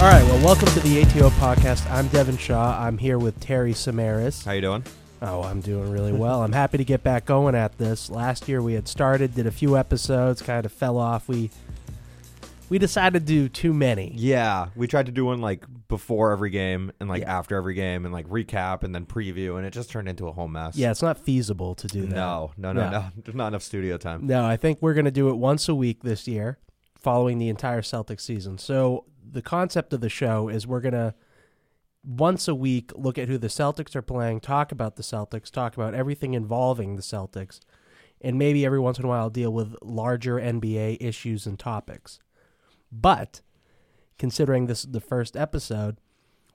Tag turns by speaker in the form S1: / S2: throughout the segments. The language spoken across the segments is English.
S1: All right, well, welcome to the ATO podcast. I'm Devin Shaw. I'm here with Terry Samaras.
S2: How you doing?
S1: Oh, I'm doing really well. I'm happy to get back going at this. Last year we had started, did a few episodes, kind of fell off. We we decided to do too many.
S2: Yeah, we tried to do one like before every game and like
S1: Yeah.
S2: after every game and like recap and then preview and it just turned into a whole mess.
S1: Yeah, it's not feasible to do that.
S2: No, no, no,
S1: No.
S2: no. There's not enough studio time.
S1: No, I think we're going to do it once a week this year, following the entire Celtics season. So the concept of the show is we're going to once a week look at who the Celtics are playing, talk about the Celtics, talk about everything involving the Celtics, and maybe every once in a while deal with larger NBA issues and topics. But considering this is the first episode,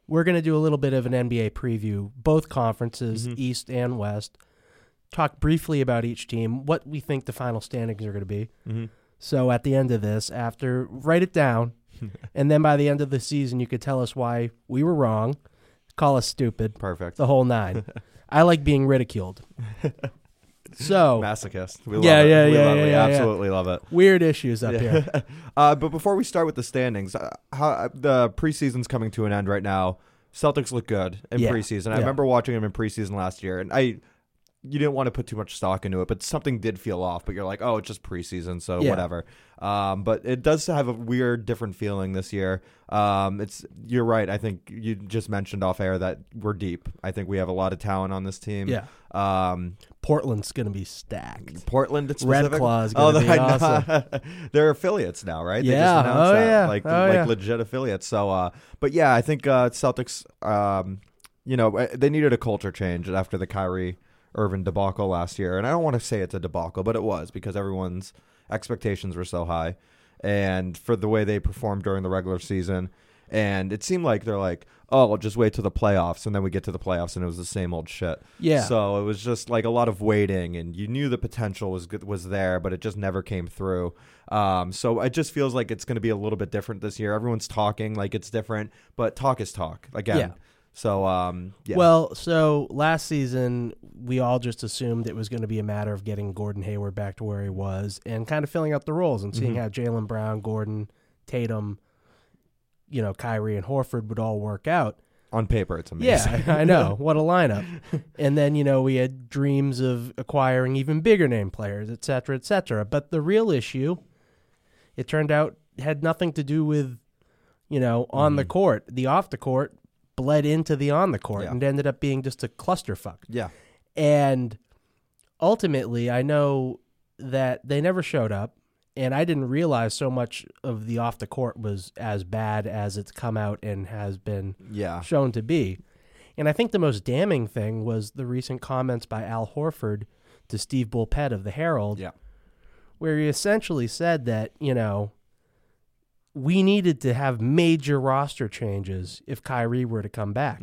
S1: we're going to do a little bit of an NBA preview, both conferences,
S2: Mm-hmm.
S1: East and West. Talk briefly about each team, what we think the final standings are going to be.
S2: Mm-hmm.
S1: So at the end of this, after write it down, and then by the end of the season, you could tell us why we were wrong, call us stupid,
S2: Perfect.
S1: the whole nine. I like being ridiculed. So
S2: Masochist. We love
S1: Yeah,
S2: it.
S1: yeah,
S2: we
S1: yeah,
S2: love it.
S1: yeah,
S2: we
S1: yeah, yeah.
S2: absolutely love it.
S1: weird issues up here.
S2: Yeah. uh, but before we start with the standings, uh, how, uh, the preseason's coming to an end right now. Celtics look good in
S1: Yeah.
S2: preseason. I
S1: Yeah.
S2: remember watching them in preseason last year, and I you didn't want to put too much stock into it, but something did feel off. But you're like, oh, it's just preseason, so
S1: Yeah.
S2: whatever. Um, but it does have a weird, different feeling this year. Um, it's you're right. I think you just mentioned off air that we're deep. I think we have a lot of talent on this team.
S1: Yeah.
S2: Um,
S1: Portland's going to be stacked.
S2: Portland
S1: Red
S2: specific?
S1: Claw is gonna
S2: they're-
S1: be
S2: I know.
S1: awesome.
S2: they're affiliates now, right? They
S1: Yeah.
S2: just announced
S1: Oh,
S2: that,
S1: yeah.
S2: like
S1: Oh,
S2: like
S1: yeah.
S2: legit affiliates. So, uh, but yeah, I think uh, Celtics, um, you know, uh, they needed a culture change after the Kyrie Irving debacle last year, and I don't want to say it's a debacle, but it was because everyone's expectations were so high, and for the way they performed during the regular season. And it seemed like they're like, oh, just wait till the playoffs, and then we get to the playoffs, and it was the same old shit.
S1: Yeah.
S2: So it was just like a lot of waiting, and you knew the potential was good, was there, but it just never came through. Um, so it just feels like it's going to be a little bit different this year. Everyone's talking like it's different, but talk is talk again.
S1: Yeah.
S2: So um, yeah.
S1: Well, so last season we all just assumed it was going to be a matter of getting Gordon Hayward back to where he was and kind of filling out the roles and seeing how Jalen Brown, Gordon, Tatum, you know, Kyrie and Horford would all work out.
S2: on paper, it's amazing.
S1: Yeah, I know. What a lineup. And then, you know, we had dreams of acquiring even bigger name players, et cetera, et cetera. But the real issue, it turned out, had nothing to do with, you know, on
S2: Mm-hmm.
S1: the court. The off the court bled into the on the court
S2: Yeah.
S1: and ended up being just a clusterfuck.
S2: Yeah.
S1: And ultimately, I know that they never showed up. And I didn't realize so much of the off the court was as bad as it's come out and has been
S2: Yeah.
S1: shown to be. And I think the most damning thing was the recent comments by Al Horford to Steve Bulpett of the Herald,
S2: Yeah.
S1: where he essentially said that, you know, we needed to have major roster changes if Kyrie were to come back.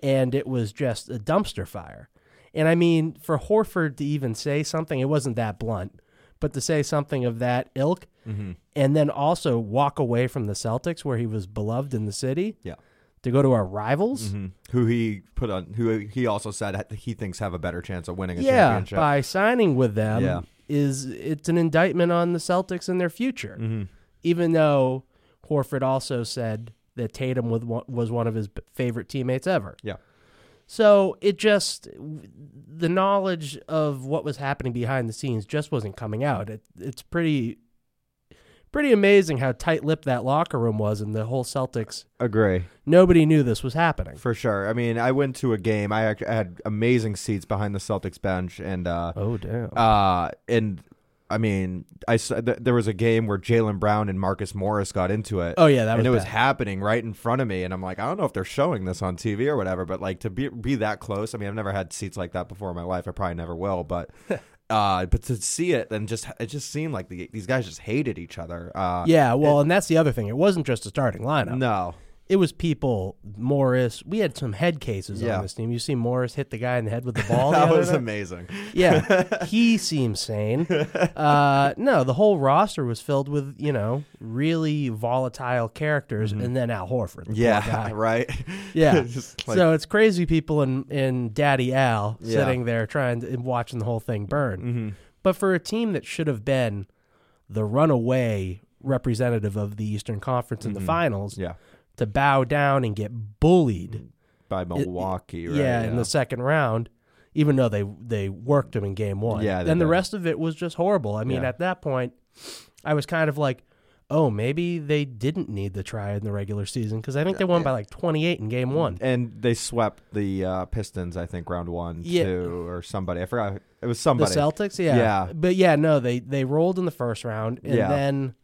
S1: And it was just a dumpster fire. And I mean, for Horford to even say something, it wasn't that blunt, but to say something of that ilk and then also walk away from the Celtics where he was beloved in the city
S2: Yeah.
S1: to go to our rivals.
S2: Mhm. Who he put on? Who he also said he thinks have a better chance of winning a
S1: yeah,
S2: championship.
S1: by signing with them
S2: Yeah.
S1: is it's an indictment on the Celtics and their future.
S2: Mm-hmm.
S1: Even though Horford also said that Tatum was one- was one of his b- favorite teammates ever.
S2: Yeah.
S1: So it just the knowledge of what was happening behind the scenes just wasn't coming out. It, it's pretty pretty amazing how tight-lipped that locker room was and the whole Celtics.
S2: Agree.
S1: Nobody knew this was happening.
S2: For sure. I mean, I went to a game. I, act- I had amazing seats behind the Celtics bench, and uh,
S1: Oh damn.
S2: uh, and I mean, I saw th- there was a game where Jalen Brown and Marcus Morris got into it.
S1: Oh, yeah, that
S2: and
S1: was
S2: it was
S1: bad.
S2: happening right in front of me, and I'm like, I don't know if they're showing this on TV or whatever, but like to be be that close. I mean, I've never had seats like that before in my life. I probably never will, but. Uh, but to see it and just it just seemed like the, these guys just hated each other. Uh,
S1: yeah, well, and that's the other thing. It wasn't just a starting lineup.
S2: no,
S1: it was people. Morris. We had some head cases
S2: Yeah.
S1: on this team. You see Morris hit the guy in the head with the ball. the
S2: that
S1: other
S2: was
S1: night?
S2: amazing.
S1: yeah, he seems sane. Uh, no, the whole roster was filled with you know really volatile characters, and then Al Horford. the poor
S2: Mm-hmm. Yeah,
S1: guy.
S2: right.
S1: yeah.
S2: Just like-
S1: so it's crazy people and and Daddy Al
S2: Yeah. Mm-hmm.
S1: sitting there trying to and watching the whole thing burn. But for a team that should have been the runaway representative of the Eastern Conference in the finals,
S2: Mm-hmm. yeah,
S1: to bow down and get bullied.
S2: by Milwaukee, right?
S1: yeah, in the second round, even though they they worked him in game one.
S2: Yeah, they
S1: and the
S2: did.
S1: rest of it was just horrible. I mean,
S2: Yeah.
S1: at that point, I was kind of like, oh, maybe they didn't need the try in the regular season because I think they won by like twenty eight in game one.
S2: and they swept the uh, Pistons, I think, round one,
S1: Yeah.
S2: two, or somebody. I forgot. It was
S1: The
S2: somebody.
S1: Celtics, yeah.
S2: Yeah.
S1: but yeah, no, they they rolled in the first round and
S2: Yeah.
S1: then.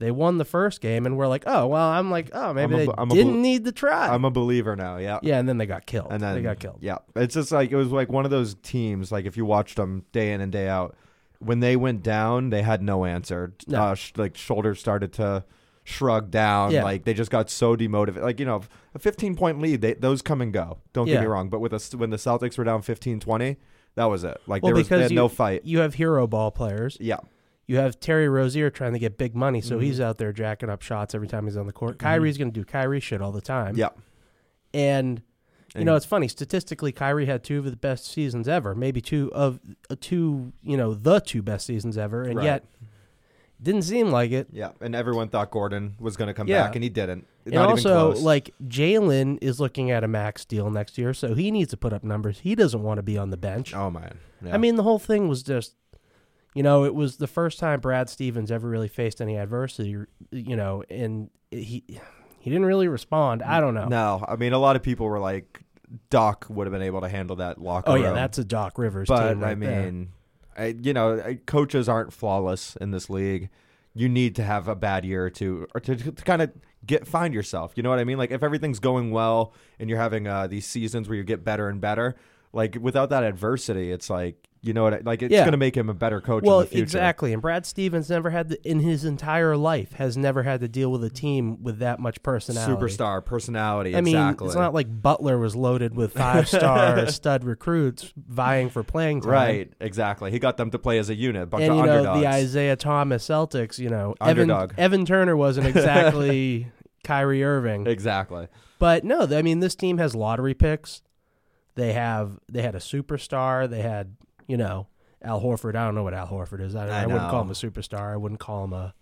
S1: They won the first game, and we're like, "Oh, well." I'm like, "Oh, maybe
S2: a
S1: they
S2: bu- I'm a
S1: didn't
S2: bu-
S1: need the try."
S2: I'm a believer now. Yeah.
S1: yeah, and then they got killed.
S2: And then
S1: they got killed.
S2: Yeah. It's just like it was like one of those teams. Like if you watched them day in and day out, when they went down, they had no answer.
S1: No.
S2: Uh, sh- like shoulders started to shrug down.
S1: Yeah.
S2: Like they just got so demotivated. Like you know, a 15 point lead, they, those come and go. Don't
S1: Yeah.
S2: get me wrong. But with us, when the Celtics were down 15, 20, that was it. Like
S1: Well,
S2: there was they
S1: because
S2: had
S1: you-
S2: no fight.
S1: You have hero ball players,
S2: Yeah.
S1: You have Terry Rozier trying to get big money,
S2: Mm-hmm.
S1: so he's out there jacking up shots every time he's on the court. Kyrie's going to do Kyrie shit all the time.
S2: Yeah.
S1: And you
S2: And-
S1: know, it's funny. Statistically, Kyrie had two of the best seasons ever, maybe two of uh, two, you know, the two best seasons ever, and
S2: Right.
S1: yet didn't seem like it.
S2: Yeah, and everyone thought Gordon was going to come
S1: Yeah.
S2: back, and he didn't.
S1: And
S2: Not
S1: also,
S2: even close.
S1: like Jalen is looking at a max deal next year, so he needs to put up numbers. He doesn't want to be on the bench.
S2: oh man, yeah.
S1: I mean, the whole thing was just, you know, it was the first time Brad Stevens ever really faced any adversity, you know, and he he didn't really respond. I don't know.
S2: no, I mean, a lot of people were like, Doc would have been able to handle that locker
S1: oh yeah,
S2: room.
S1: that's a Doc Rivers
S2: but
S1: team, right
S2: I
S1: there.
S2: mean, I, you know, I, coaches aren't flawless in this league. You need to have a bad year or two, or to, to kind of get find yourself. You know what I mean? Like if everything's going well and you're having uh, these seasons where you get better and better, like without that adversity, it's like you know what? I, like it's
S1: Yeah.
S2: going to make him a better coach.
S1: Well,
S2: in the future.
S1: exactly. And Brad Stevens never had to, in his entire life has never had to deal with a team with that much personality.
S2: Superstar personality.
S1: I mean,
S2: exactly.
S1: it's not like Butler was loaded with five star stud recruits vying for playing time.
S2: Right, exactly. He got them to play as a unit, a bunch
S1: and
S2: of
S1: you know
S2: underdogs.
S1: the Isaiah Thomas Celtics. You know,
S2: Underdog.
S1: Evan Evan Turner wasn't exactly Kyrie Irving,
S2: Exactly.
S1: but no, th- I mean this team has lottery picks. They have they had a superstar. They had you know Al Horford. I don't know what Al Horford is. I, don't,
S2: I
S1: I, wouldn't call him
S2: know.
S1: a superstar. I wouldn't call him a.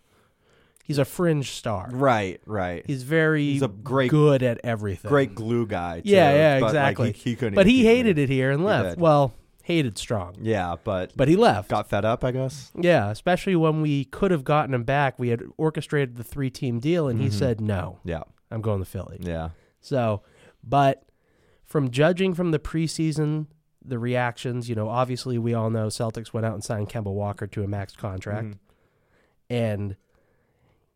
S1: He's a fringe star.
S2: Right, right.
S1: He's very
S2: He's a great-
S1: good at everything.
S2: Great glue guy. Too,
S1: yeah, yeah,
S2: but, like,
S1: exactly.
S2: he, he couldn't.
S1: but
S2: even
S1: he
S2: keep
S1: hated it here and left.
S2: did.
S1: Well, hated strong,
S2: Yeah, but
S1: but he left.
S2: got fed up, I guess.
S1: Yeah, especially when we could have gotten him back. We had orchestrated the three team deal, and he said, no,
S2: Yeah,
S1: I'm going to Philly.
S2: yeah,
S1: So, but from judging from the preseason, the reactions, you know, obviously we all know Celtics went out and signed Kemba Walker to a max contract.
S2: Mhm.
S1: And,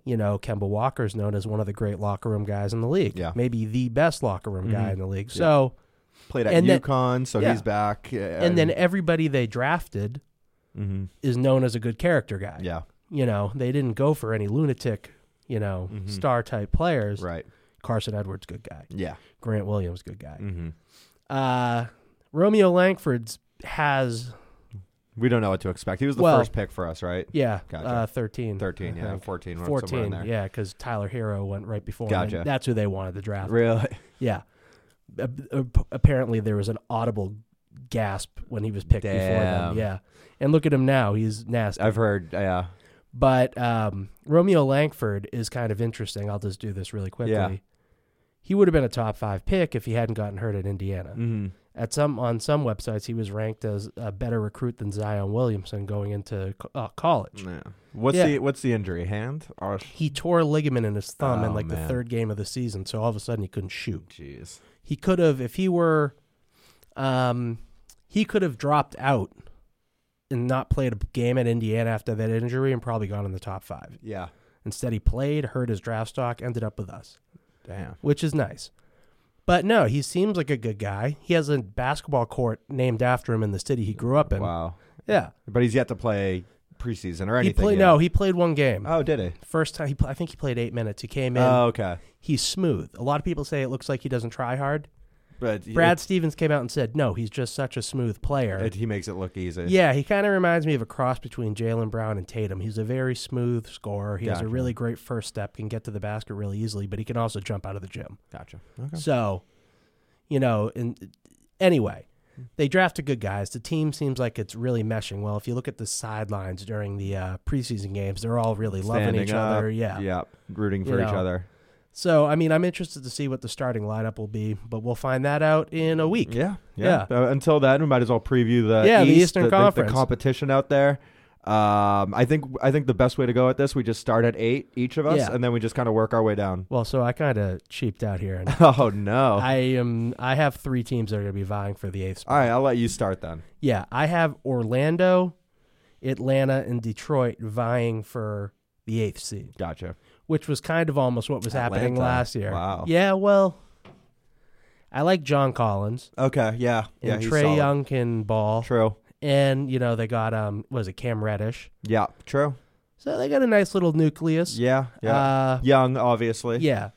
S1: you know, Kemba Walker is known as one of the great locker room guys in the league.
S2: Yeah.
S1: Maybe the best locker room guy
S2: Mhm.
S1: in the league. So,
S2: Played at
S1: And then-
S2: UConn, so
S1: yeah.
S2: he's back. Yeah,
S1: and then everybody they drafted
S2: hmm
S1: is known as a good character guy.
S2: yeah,
S1: you know, they didn't go for any lunatic, you know,
S2: Mhm.
S1: star type players.
S2: right.
S1: Carson Edwards, good guy.
S2: Yeah,
S1: Grant Williams, good guy.
S2: hmm
S1: Uh, Romeo Langford's has,
S2: we don't know what to expect. He was the
S1: Well-
S2: first pick for us, right?
S1: yeah,
S2: Gotcha.
S1: uh, 13.
S2: Thirteen,
S1: I
S2: yeah,
S1: think.
S2: fourteen, somewhere in
S1: 14,
S2: there.
S1: yeah, because Tyler Hero went right before him, and
S2: Gotcha.
S1: That's who they wanted to draft.
S2: Really?
S1: Yeah. Ap- ap- Apparently, there was an audible gasp when he was picked before them.
S2: Damn.
S1: Yeah. And look at him now. He's nasty.
S2: I've heard. Yeah,
S1: But um, Romeo Langford is kind of interesting. I'll just do this really quickly.
S2: Yeah.
S1: He would have been a top five pick if he hadn't gotten hurt at Indiana.
S2: hmm
S1: At some on some websites, he was ranked as a better recruit than Zion Williamson going into co- uh, college.
S2: yeah. What's
S1: Yeah.
S2: the what's the injury? Hand Oh, or
S1: He tore a ligament in his thumb in
S2: Oh,
S1: like the
S2: man.
S1: third game of the season, so all of a sudden he couldn't shoot.
S2: jeez?
S1: He could have, if he were, um, he could have dropped out and not played a game at Indiana after that injury and probably gone in the top five.
S2: Yeah.
S1: Instead, he played, hurt his draft stock, ended up with us,
S2: Damn.
S1: which is nice. But no, he seems like a good guy. He has a basketball court named after him in the city he grew up in.
S2: Wow.
S1: Yeah,
S2: But he's yet to play preseason or
S1: he
S2: anything.
S1: played.
S2: yet.
S1: No, he played one game.
S2: Oh, did he?
S1: First time he, pl- I think he played eight minutes. He came in.
S2: Oh, okay.
S1: he's smooth. A lot of people say it looks like he doesn't try hard.
S2: But he-
S1: Brad Stevens came out and said, "No, he's just such a smooth player."
S2: it- he makes it look easy.
S1: yeah, he kind of reminds me of a cross between Jalen Brown and Tatum. He's a very smooth scorer. He has a
S2: Gotcha.
S1: really great first step, can get to the basket really easily, but he can also jump out of the gym.
S2: Gotcha. Okay.
S1: So, you know, and anyway, they draft a good guys. The team seems like it's really meshing well. If you look at the sidelines during the uh, preseason games, they're all really loving
S2: Standing
S1: each
S2: up,
S1: other. Yeah.
S2: Yeah. Rooting
S1: You
S2: for each
S1: know.
S2: other.
S1: So, I mean, I'm interested to see what the starting lineup will be, but we'll find that out in a week.
S2: Yeah, yeah. Uh, until then, we might as well preview the
S1: Yeah, the
S2: East,
S1: Eastern
S2: the,
S1: Conference.
S2: the competition out there. Um, I think I think the best way to go at this, we just start at eight each of us,
S1: Yeah.
S2: and then we just kind of work our way down.
S1: Well, so I kind of cheaped out here, and
S2: Oh no!
S1: I am I have three teams that are going to be vying for the eighth spot.
S2: All right, I'll let you start then.
S1: Yeah, I have Orlando, Atlanta, and Detroit vying for the eighth seed,
S2: Gotcha.
S1: which was kind of almost what was happening
S2: Atlanta.
S1: last year.
S2: Wow.
S1: Yeah, well, I like John Collins
S2: Okay. Yeah. Yeah.
S1: and
S2: he's
S1: Trey
S2: solid.
S1: Young can ball,
S2: True.
S1: and you know they got um was it Cam Reddish,
S2: Yeah. True.
S1: so they got a nice little nucleus.
S2: Yeah. Yeah.
S1: Uh,
S2: Young, obviously.
S1: yeah,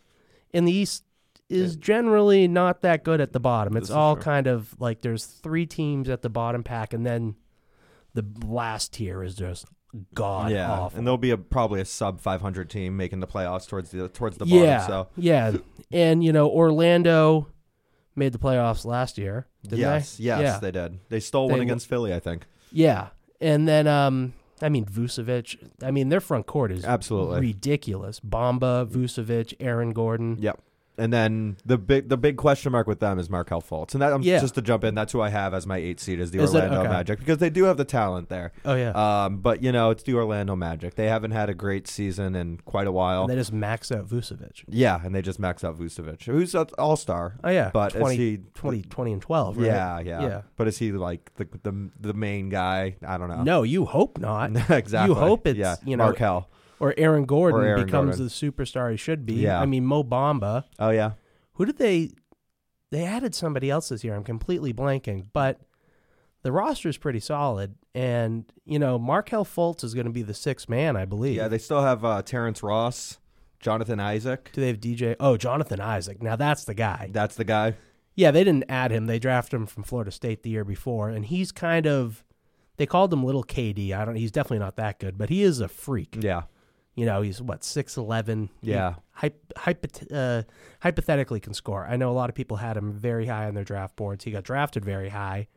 S1: and the East is generally not that good at the bottom. It's
S2: This is
S1: all
S2: true.
S1: kind of like there's three teams at the bottom pack, and then the last tier is just god
S2: Yeah,
S1: awful.
S2: and there'll be a probably a sub 500 team making the playoffs towards the towards the
S1: yeah,
S2: bottom. So
S1: yeah, and you know Orlando made the playoffs last year, didn't
S2: yes,
S1: they?
S2: yes,
S1: yeah,
S2: they did. They stole
S1: They
S2: one
S1: w-
S2: against Philly, I think.
S1: yeah, and then um, I mean Vucevic. I mean their front court is
S2: Absolutely.
S1: ridiculous. Bomba, Vucevic, Aaron Gordon.
S2: Yep. And then the big the big question mark with them is Markel Fultz, and that, I'm
S1: Yeah.
S2: just to jump in, that's who I have as my eight seed is the
S1: Is it?
S2: Orlando
S1: Okay.
S2: Magic because they do have the talent there.
S1: Oh yeah,
S2: Um, but you know it's the Orlando Magic. They haven't had a great season in quite a while.
S1: and they just max out Vucevic.
S2: yeah, and they just maxed out Vucevic, who's an all star.
S1: Oh yeah,
S2: But
S1: 20,
S2: is he
S1: 20, 20 and twelve. Right?
S2: Yeah, yeah,
S1: Yeah.
S2: But is he like the the the main guy? I don't know.
S1: No, you hope not.
S2: exactly.
S1: You hope it's
S2: yeah.
S1: you know
S2: Markel.
S1: or Aaron Gordon
S2: Or Aaron
S1: becomes
S2: Gordon.
S1: the superstar he should be.
S2: Yeah.
S1: I mean Mo Bamba.
S2: Oh yeah,
S1: Who did they? They added somebody else this year. I'm completely blanking, but the roster is pretty solid. And you know Markel Fultz is going to be the sixth man, I believe.
S2: yeah. They still have uh, Terrence Ross, Jonathan Isaac.
S1: Do they have DJ? Oh, Jonathan Isaac. Now that's the guy.
S2: That's the guy.
S1: Yeah, they didn't add him. They drafted him from Florida State the year before, and he's kind of they called him little KD. I don't he's definitely not that good, but he is a freak.
S2: Yeah,
S1: You know, he's what, 6'11. He
S2: Yeah.
S1: hyp- hypot- uh, hypothetically can score. I know a lot of people had him very high on their draft boards. He got drafted very high.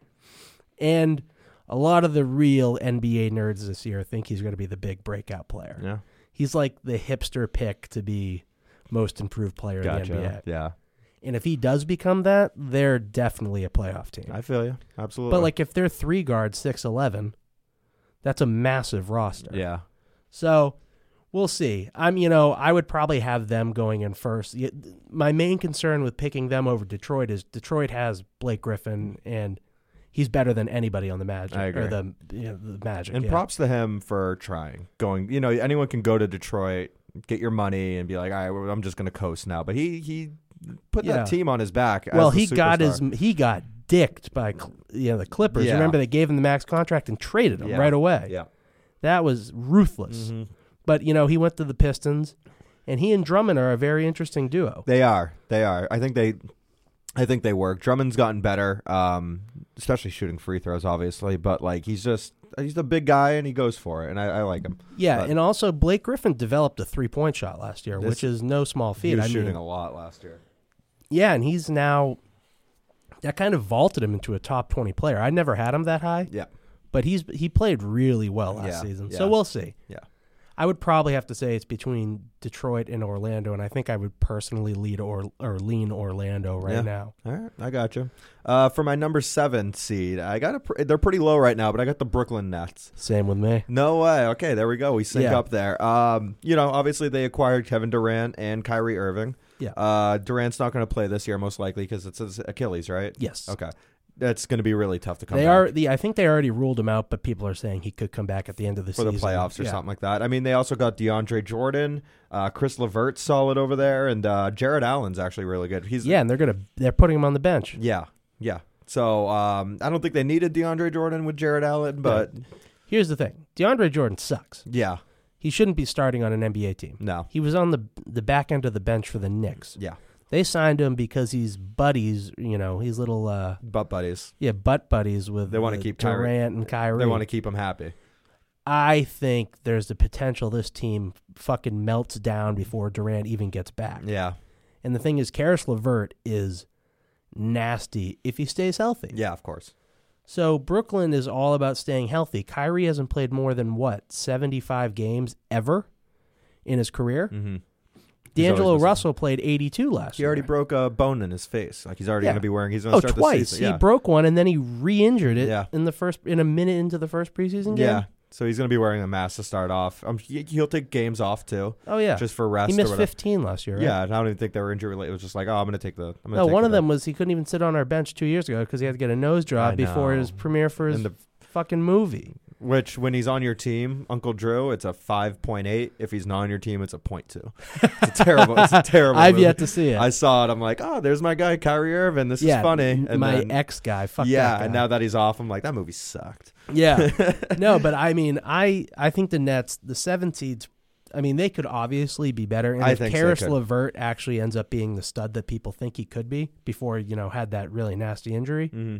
S1: And a lot of the real NBA nerds this year think he's going to be the big breakout player.
S2: yeah.
S1: He's like the hipster pick to be most improved player in
S2: Gotcha.
S1: the NBA.
S2: Yeah,
S1: And if he does become that, they're definitely a playoff team.
S2: I feel you. Absolutely.
S1: But like if they're three guard six eleven, that's a massive roster.
S2: yeah,
S1: So we'll see. I'm you know I would probably have them going in first. Y- My main concern with picking them over Detroit is Detroit has Blake Griffin and he's better than anybody on the Magic
S2: I
S1: or
S2: agree.
S1: the you know, the Magic.
S2: and
S1: yeah.
S2: props to him for trying. Going, you know, anyone can go to Detroit, get your money, and be like, all right, well, I'm just going to coast now. But he he put
S1: Yeah.
S2: that team on his back. as
S1: well
S2: the
S1: he got
S2: superstar.
S1: his he got dicked by Cl- you know the Clippers.
S2: Yeah.
S1: Remember they gave him the max contract and traded him
S2: Yeah.
S1: right away.
S2: yeah. Mm-hmm.
S1: That was ruthless. But you know, he went to the Pistons, and he and Drummond are a very interesting duo.
S2: They are. They are. I think they. I think they work. Drummond's gotten better, um, especially shooting free throws, obviously. But like he's just he's the big guy and he goes for it, and I, I like him.
S1: Yeah,
S2: But-
S1: and also Blake Griffin developed a three point shot last year,
S2: This-
S1: which is no small
S2: He
S1: feat.
S2: was
S1: I
S2: shooting
S1: mean,
S2: a lot last year.
S1: yeah, and he's now that kind of vaulted him into a top twenty player. I never had him that high,
S2: Yeah,
S1: but he's he played really well last
S2: Yeah,
S1: season.
S2: yeah.
S1: So we'll see.
S2: yeah,
S1: I would probably have to say it's between Detroit and Orlando, and I think I would personally lead or or lean Orlando right
S2: Yeah.
S1: now.
S2: All right, I got you. Uh, for my number seven seed, I got a. Pr- they're pretty low right now, but I got the Brooklyn Nets.
S1: Same with me.
S2: No way. Okay, there we go. We sync
S1: Yeah.
S2: up there. Um, you know, obviously they acquired Kevin Durant and Kyrie Irving.
S1: Yeah.
S2: Uh, Durant's not going to play this year, most likely, because it's his Achilles, right?
S1: Yes.
S2: Okay. That's going to be really tough to come.
S1: They
S2: back.
S1: are the. I think they already ruled him out, but people are saying he could come back at the end of the
S2: for
S1: season
S2: the playoffs or
S1: Yeah.
S2: something like that. I mean, they also got DeAndre Jordan, uh, Chris Levert's solid over there, and uh, Jared Allen's actually really good. He's
S1: Yeah, and they're gonna they're putting him on the bench.
S2: yeah, yeah. So um, I don't think they needed DeAndre Jordan with Jared Allen, but
S1: Here's the thing: DeAndre Jordan sucks.
S2: yeah,
S1: He shouldn't be starting on an NBA team.
S2: no,
S1: He was on the the back end of the bench for the Knicks.
S2: yeah,
S1: They signed him because he's buddies. You know, he's little uh,
S2: butt buddies.
S1: yeah butt buddies with
S2: They wanna
S1: with
S2: keep Kyrie.
S1: Durant and Kyrie.
S2: They want to keep him happy.
S1: I think there's the potential this team fucking melts down before Durant even gets back.
S2: Yeah,
S1: And the thing is, Karis LeVert is nasty if he stays healthy.
S2: yeah, of course.
S1: So Brooklyn is all about staying healthy. Kyrie hasn't played more than what seventy five games ever in his career.
S2: Mm-hmm. Mm, He's always
S1: D'Angelo
S2: missing.
S1: Russell played 82 last
S2: He
S1: year.
S2: already broke a bone in his face. Like he's already
S1: Yeah.
S2: going to be wearing. He's going to
S1: Oh,
S2: start
S1: twice.
S2: the season.
S1: He
S2: Yeah.
S1: broke one and then he re-injured it
S2: Yeah.
S1: in the first in a minute into the first preseason game.
S2: yeah. So he's going to be wearing a mask to start off. Um, he, he'll take games off too,
S1: Oh yeah.
S2: just for rest.
S1: he
S2: or
S1: missed
S2: whatever.
S1: 15 last year, right?
S2: Yeah, and I don't even think they were injury related. It was just like, oh, I'm going to take the. I'm gonna
S1: No,
S2: take
S1: one of
S2: the-
S1: them was he couldn't even sit on our bench 2 years ago cuz he had to get a nose
S2: I
S1: job before
S2: know.
S1: his premiere for his
S2: in the
S1: fucking movie.
S2: Which, when he's on your team, Uncle Drew, it's a five point eight. If he's not on your team, it's a point two. It's a terrible. it's a terrible.
S1: I've
S2: movie.
S1: yet to see it.
S2: I saw it. I'm like, oh, there's my guy Kyrie Irving. This
S1: yeah,
S2: is funny.
S1: m-
S2: And
S1: my
S2: then-
S1: ex guy. Fuck
S2: yeah.
S1: that guy.
S2: And now that he's off, I'm like, that movie sucked.
S1: Yeah. no, but I mean, I I think the Nets, the seven seeds, I mean, they could obviously be better. And
S2: I
S1: if
S2: think they
S1: Karis
S2: could.
S1: Levert actually ends up being the stud that people think he could be before, you know, had that really nasty injury,
S2: Mm-hmm.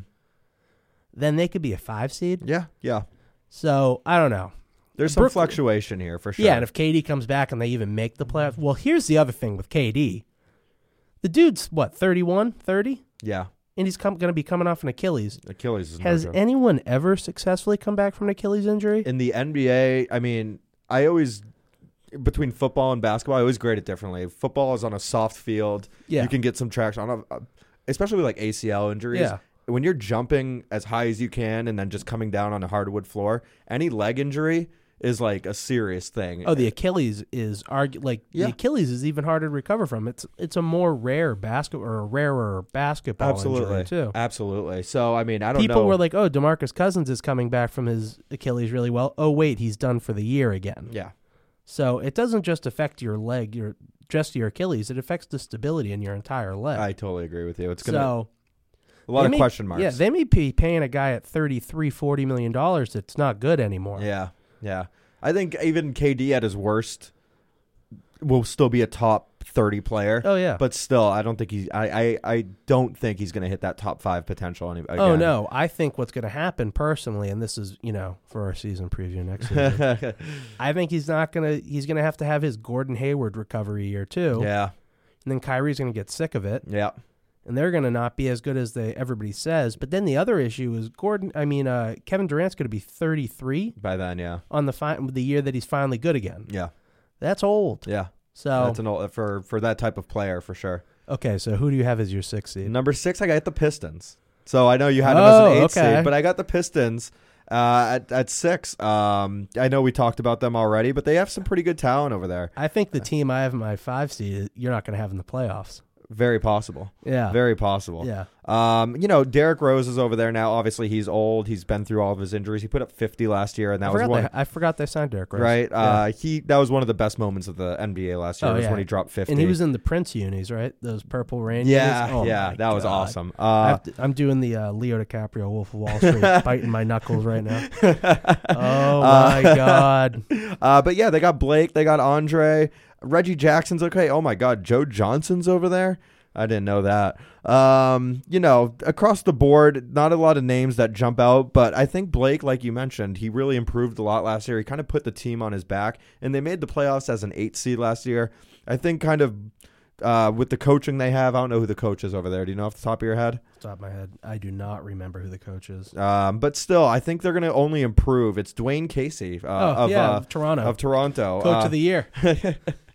S1: then they could be a five seed.
S2: Yeah. Yeah.
S1: So I don't know.
S2: There's some
S1: Brooklyn-
S2: fluctuation here for sure.
S1: Yeah, and if KD comes back and they even make the playoffs, well, here's the other thing with KD. The dude's what, 31, 30?
S2: yeah.
S1: And he's com- going to be coming off an Achilles.
S2: Achilles is no
S1: Has
S2: joke.
S1: anyone ever successfully come back from an Achilles injury?
S2: in the NBA, I mean, I always between football and basketball, I always grade it differently. Football is on a soft field.
S1: Yeah.
S2: You can get some traction on a, especially with like ACL injuries.
S1: Yeah.
S2: When you're jumping as high as you can and then just coming down on a hardwood floor, any leg injury is like a serious thing.
S1: Oh, the Achilles is argu- like
S2: Yeah.
S1: the Achilles is even harder to recover from. It's it's a more rare basket or a rarer basketball
S2: absolutely.
S1: injury too.
S2: Absolutely. So, I mean, I don't
S1: People
S2: know.
S1: were like, "Oh, Demarcus Cousins is coming back from his Achilles really well." Oh, wait, he's done for the year again.
S2: yeah.
S1: So it doesn't just affect your leg, your just your Achilles. It affects the stability in your entire leg.
S2: I totally agree with you. It's going to
S1: so
S2: a lot
S1: they
S2: of
S1: may-
S2: question marks.
S1: Yeah, they may be paying a guy at 33 40 million dollars that's not good anymore.
S2: Yeah, yeah. I think even KD at his worst will still be a top thirty player.
S1: Oh, yeah.
S2: but still, I don't think he's. I I, I don't think he's going to hit that top five potential. Any, again.
S1: Oh no! I think what's going to happen personally, and this is you know for our season preview next season, I think he's not gonna. He's gonna have to have his Gordon Hayward recovery year too,
S2: yeah,
S1: and then Kyrie's gonna get sick of it,
S2: yeah,
S1: and they're gonna not be as good as they everybody says. But then the other issue is Gordon. I mean, uh, Kevin Durant's gonna be 33
S2: by then, yeah,
S1: on the fi- the year that he's finally good again.
S2: yeah,
S1: That's old.
S2: yeah.
S1: So
S2: That's an old for for that type of player for sure.
S1: okay, so who do you have as your sixth seed?
S2: Number six, I got the Pistons. So I know you had him
S1: Oh,
S2: as an eight
S1: okay.
S2: seed, but I got the Pistons uh, at at six. Um, I know we talked about them already, but they have some pretty good talent over there.
S1: I think the team I have in my five seed you're not gonna have in the playoffs.
S2: Very possible.
S1: Yeah.
S2: Very possible.
S1: yeah.
S2: Um, you know, Derrick Rose is over there now. Obviously, he's old. He's been through all of his injuries. He put up 50 last year, and that
S1: I
S2: was
S1: forgot,
S2: one
S1: they, I forgot they signed Derrick Rose.
S2: right.
S1: Yeah.
S2: Uh, he that was one of the best moments of the NBA last year.
S1: Oh,
S2: was
S1: yeah.
S2: when he dropped 50.
S1: and he was in the Prince unis, right? Those purple rain.
S2: yeah,
S1: unis. Oh,
S2: yeah,
S1: my
S2: that was
S1: God.
S2: awesome.
S1: I
S2: Uh,
S1: have to- I'm doing the uh, Leo DiCaprio Wolf of Wall Street, biting my knuckles right now. Oh my god!
S2: uh, but yeah, they got Blake. They got Andre. Reggie Jackson's okay. Oh my God, Joe Johnson's over there. I didn't know that. Um, you know, across the board, not a lot of names that jump out, but I think Blake, like you mentioned, he really improved a lot last year. He kind of put the team on his back, and they made the playoffs as an eight seed last year. I think kind of uh, with the coaching they have, I don't know who the coach is over there. Do you know off the top of your head?
S1: Top of my head, I do not remember who the coach is.
S2: Um, but still, I think they're going to only improve. It's Dwayne Casey uh,
S1: oh
S2: of,
S1: yeah,
S2: uh,
S1: Toronto
S2: of Toronto.
S1: coach
S2: Uh,
S1: of the year.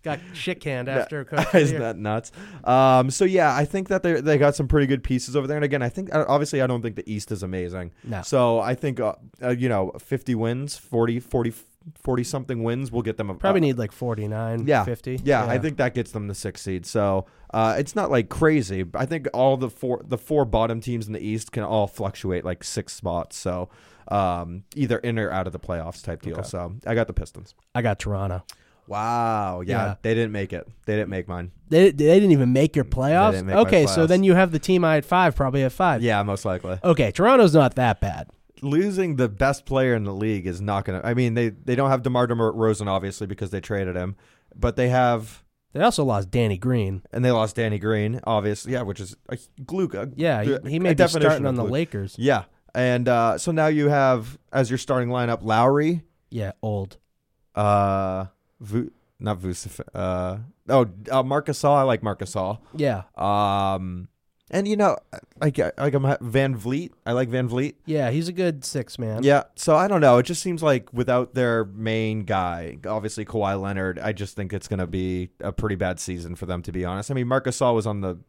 S1: Got shit canned after coach of the
S2: Isn't
S1: year.
S2: that nuts? Um, so yeah, I think that they they got some pretty good pieces over there. And again, I think uh, obviously I don't think the East is amazing.
S1: No.
S2: So I think uh, uh, you know 50 wins, 40, 40, 40 something wins will get them a,
S1: Probably need like 49,
S2: Uh, yeah,
S1: 50.
S2: Yeah, I think that gets them the sixth seed. So uh, it's not like crazy. I think all the four the four bottom teams in the East can all fluctuate like six spots. So um, either in or out of the playoffs type deal.
S1: Okay.
S2: So I got the Pistons.
S1: I got Toronto.
S2: Wow. Yeah,
S1: Yeah.
S2: they didn't make it. They didn't make mine.
S1: They, they didn't even make your playoffs.
S2: didn't make my
S1: okay, so
S2: playoffs.
S1: then you have the team I had five, probably at five.
S2: Yeah, most likely.
S1: Okay, Toronto's not that bad.
S2: losing the best player in the league is not going to. I mean, they they don't have Demar Demar Rosen obviously because they traded him, but they have
S1: They also lost Danny Green.
S2: and they lost Danny Green obviously. Yeah, which is a Gluke. a-
S1: Yeah, he,
S2: a
S1: he may be
S2: definition
S1: starting
S2: of
S1: on the
S2: Gluck.
S1: Lakers.
S2: Yeah, and uh, so now you have as your starting lineup Lowry,
S1: Yeah, old.
S2: uh, Vu, not Vucevic, uh, oh uh, Marcus All. I like Marcus All.
S1: Yeah,
S2: Um, And you know, like like I'm Van Vliet. I like Van Vliet.
S1: Yeah, he's a good six man.
S2: Yeah. So I don't know. It just seems like without their main guy, obviously Kawhi Leonard, I just think it's going to be a pretty bad season for them. To be honest, I mean, Marcus Gasol was on the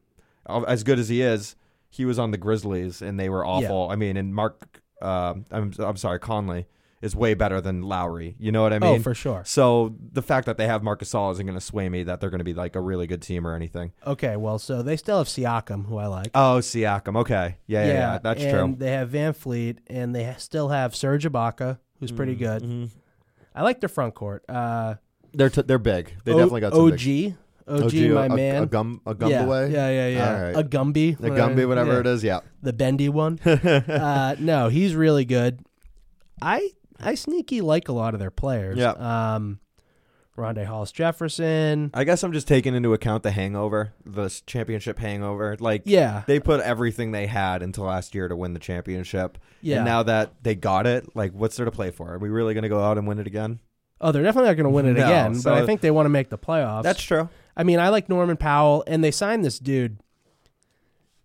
S2: as good as he is. He was on the Grizzlies, and they were awful. I mean, and Mark, um I'm I'm sorry, Conley is way better than Lowry. You know what I mean?
S1: oh, for sure.
S2: So the fact that they have Marcus Gasol isn't going to sway me that they're going to be like a really good team or anything.
S1: Okay, well, so they still have Siakam, who I like.
S2: Oh, Siakam. Okay. Yeah, yeah, yeah. That's
S1: and
S2: true.
S1: They have Van Fleet, and they ha- still have Serge Ibaka, who's pretty good. I like their front court. Uh,
S2: They're t- they're big. They
S1: O-
S2: definitely got some
S1: OG,
S2: big-
S1: OG, my
S2: Oh, a,
S1: man.
S2: A gum, a gum
S1: yeah,
S2: away.
S1: yeah, yeah, yeah.
S2: All right.
S1: A Gumby,
S2: The Gumby, whatever it is, yeah.
S1: the bendy one. uh, no, he's really good. I I sneaky like a lot of their players.
S2: Yeah.
S1: Um, Rondé Hollis Jefferson.
S2: I guess I'm just taking into account the hangover, the s- championship hangover. Like,
S1: Yeah.
S2: they put everything they had into last year to win the championship.
S1: Yeah.
S2: And now that they got it, like, what's there to play for? Are we really going to go out and win it again?
S1: Oh, they're definitely not going to win it
S2: No,
S1: again,
S2: so-
S1: but I think they want to make the playoffs.
S2: That's true.
S1: I mean, I like Norman Powell, and they signed this dude.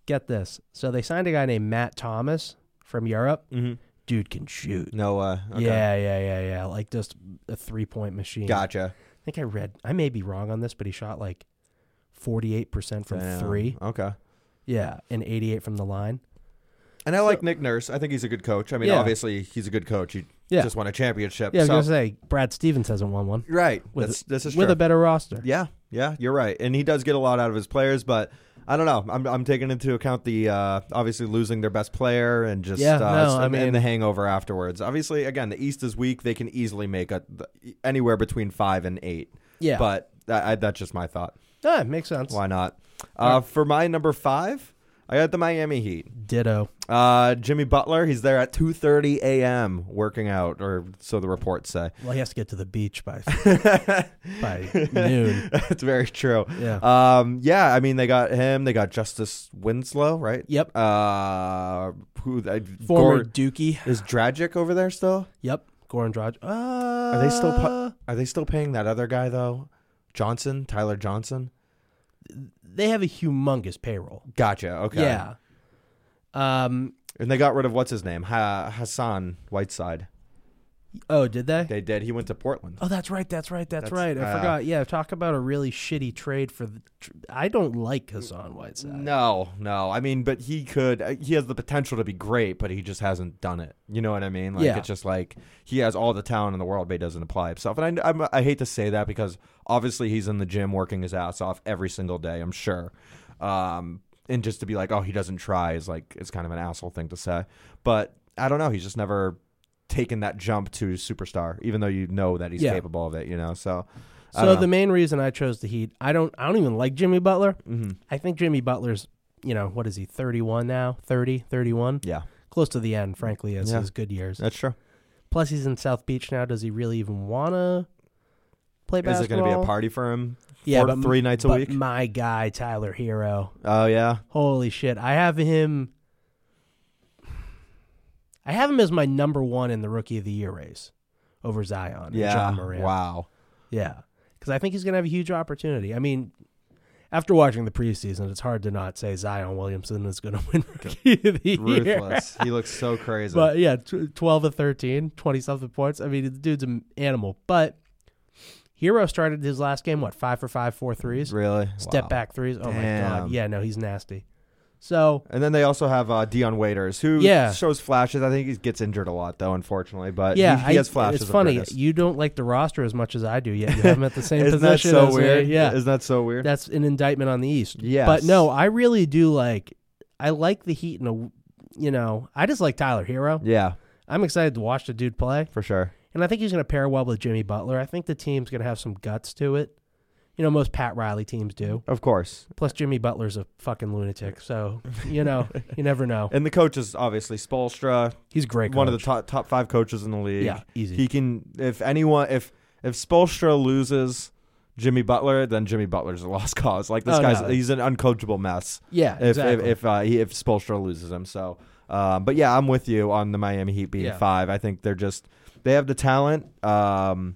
S1: Get this. So they signed a guy named Matt Thomas from Europe.
S2: Mm-hmm.
S1: Dude can shoot.
S2: No, uh, okay.
S1: Yeah, yeah, yeah, yeah. Like just a three point machine.
S2: Gotcha.
S1: I think I read, I may be wrong on this, but he shot like 48% from
S2: Damn.
S1: three.
S2: Okay.
S1: Yeah, and 88 from the line.
S2: And I like Nick Nurse. I think he's a good coach. I mean,
S1: Yeah.
S2: obviously, he's a good coach. He
S1: Yeah.
S2: just won a championship.
S1: Yeah, I was
S2: so-
S1: going to say, Brad Stevens hasn't won one
S2: right.
S1: with-
S2: That's, this is
S1: with
S2: true.
S1: a better roster.
S2: Yeah, yeah, you're right, and he does get a lot out of his players, but I don't know. I'm, I'm taking into account the uh, obviously losing their best player and just
S1: Yeah,
S2: uh,
S1: no, I
S2: and-
S1: mean-
S2: and the hangover afterwards. Obviously, again, the East is weak; they can easily make a, anywhere between five and eight.
S1: Yeah.
S2: But that, I, that's just my thought.
S1: Ah, makes sense.
S2: Why not? Uh, for my number five, I got the Miami Heat.
S1: Ditto.
S2: Uh, Jimmy Butler, he's there at 2:30 a.m. working out, or so the reports say.
S1: Well, he has to get to the beach by, by noon.
S2: That's very true.
S1: Yeah.
S2: Um, yeah, I mean, they got him. They got Justice Winslow, right?
S1: Yep.
S2: Uh, who I,
S1: Former
S2: Gor-
S1: Dookie.
S2: is Dragic over there still?
S1: Yep. Goran Dragic. Uh,
S2: Are they still pu- are they still paying that other guy though? Johnson, Tyler Johnson.
S1: they have a humongous payroll.
S2: Gotcha. Okay.
S1: Yeah. Um.
S2: And they got rid of what's his name, ha- Hassan Whiteside.
S1: Oh, did they?
S2: They did. He went to Portland.
S1: Oh, that's right. That's right. That's, right.
S2: That's-
S1: I
S2: uh,
S1: forgot. Yeah. Talk about a really shitty trade for the. Tr- I don't like Hassan Whiteside.
S2: No, no. I mean, but he could. uh, He has the potential to be great, but he just hasn't done it. You know what I mean? Like
S1: Yeah.
S2: it's just like he has all the talent in the world, but he doesn't apply himself. And I, I'm, I hate to say that because obviously he's in the gym working his ass off every single day. I'm sure. Um, and just to be like, oh, he doesn't try is like it's kind of an asshole thing to say. But I don't know. He's just never taken that jump to superstar, even though you know that he's
S1: Yeah.
S2: capable of it. You know, so. I
S1: So
S2: don't know.
S1: the main reason I chose the Heat, I don't. I don't even like Jimmy Butler.
S2: Mm-hmm.
S1: I think Jimmy Butler's. You know what is he? Thirty-one now. 30, 31.
S2: yeah,
S1: Close to the end, frankly, as
S2: Yeah.
S1: his good years.
S2: that's true.
S1: Plus, he's in South Beach now. Does he really even wanna play
S2: Is
S1: basketball?
S2: it going to be a party for him?
S1: Yeah,
S2: Four-
S1: but m-
S2: three nights a
S1: but
S2: week.
S1: My guy, Tyler Hero.
S2: Oh yeah,
S1: Holy shit. I have him I have him as my number one in the rookie of the year race over Zion and
S2: yeah.
S1: John Moran.
S2: Wow.
S1: Yeah. Because I think he's gonna have a huge opportunity. I mean, after watching the preseason, it's hard to not say Zion Williamson is gonna win rookie of the year.
S2: Ruthless. he looks so crazy.
S1: But yeah, tw- 12 to 13, 20 something points. I mean, the dude's an animal. But Hero started his last game, what, five for five, four threes?
S2: really,
S1: Step
S2: Wow.
S1: back threes. Oh my
S2: Damn.
S1: god. Yeah, no, he's nasty. So
S2: And then they also have uh, Dion Waiters, who
S1: Yeah.
S2: shows flashes. I think he gets injured a lot, though, unfortunately. But
S1: yeah,
S2: he, he has
S1: I-
S2: flashes.
S1: It's
S2: of
S1: funny
S2: greatness.
S1: you don't like the roster as much as I do. Yet you have him at the same
S2: Isn't that
S1: position.
S2: so
S1: as me.
S2: weird?
S1: Yeah,
S2: Isn't that so weird?
S1: that's an indictment on the East.
S2: Yes.
S1: but no, I really do like. I like the Heat in a. You know, I just like Tyler Hero.
S2: yeah,
S1: I'm excited to watch the dude play.
S2: for sure.
S1: And I think he's going to pair well with Jimmy Butler. I think the team's going to have some guts to it. You know, most Pat Riley teams do.
S2: Of course.
S1: Plus, Jimmy Butler's a fucking lunatic. So, you know, you never know.
S2: And the coach is obviously Spolstra,
S1: He's a great.
S2: one of the
S1: coach.
S2: top top five coaches in the league.
S1: Yeah, easy.
S2: He can if anyone if if Spolstra loses Jimmy Butler, then Jimmy Butler's a lost cause. Like this
S1: Oh,
S2: guy's
S1: no.
S2: he's an uncoachable mess.
S1: Yeah,
S2: if if
S1: exactly.
S2: if, uh, he, if Spoelstra loses him. So, um, but yeah, I'm with you on the Miami Heat being
S1: Yeah.
S2: five. I think they're just they have the talent. Um,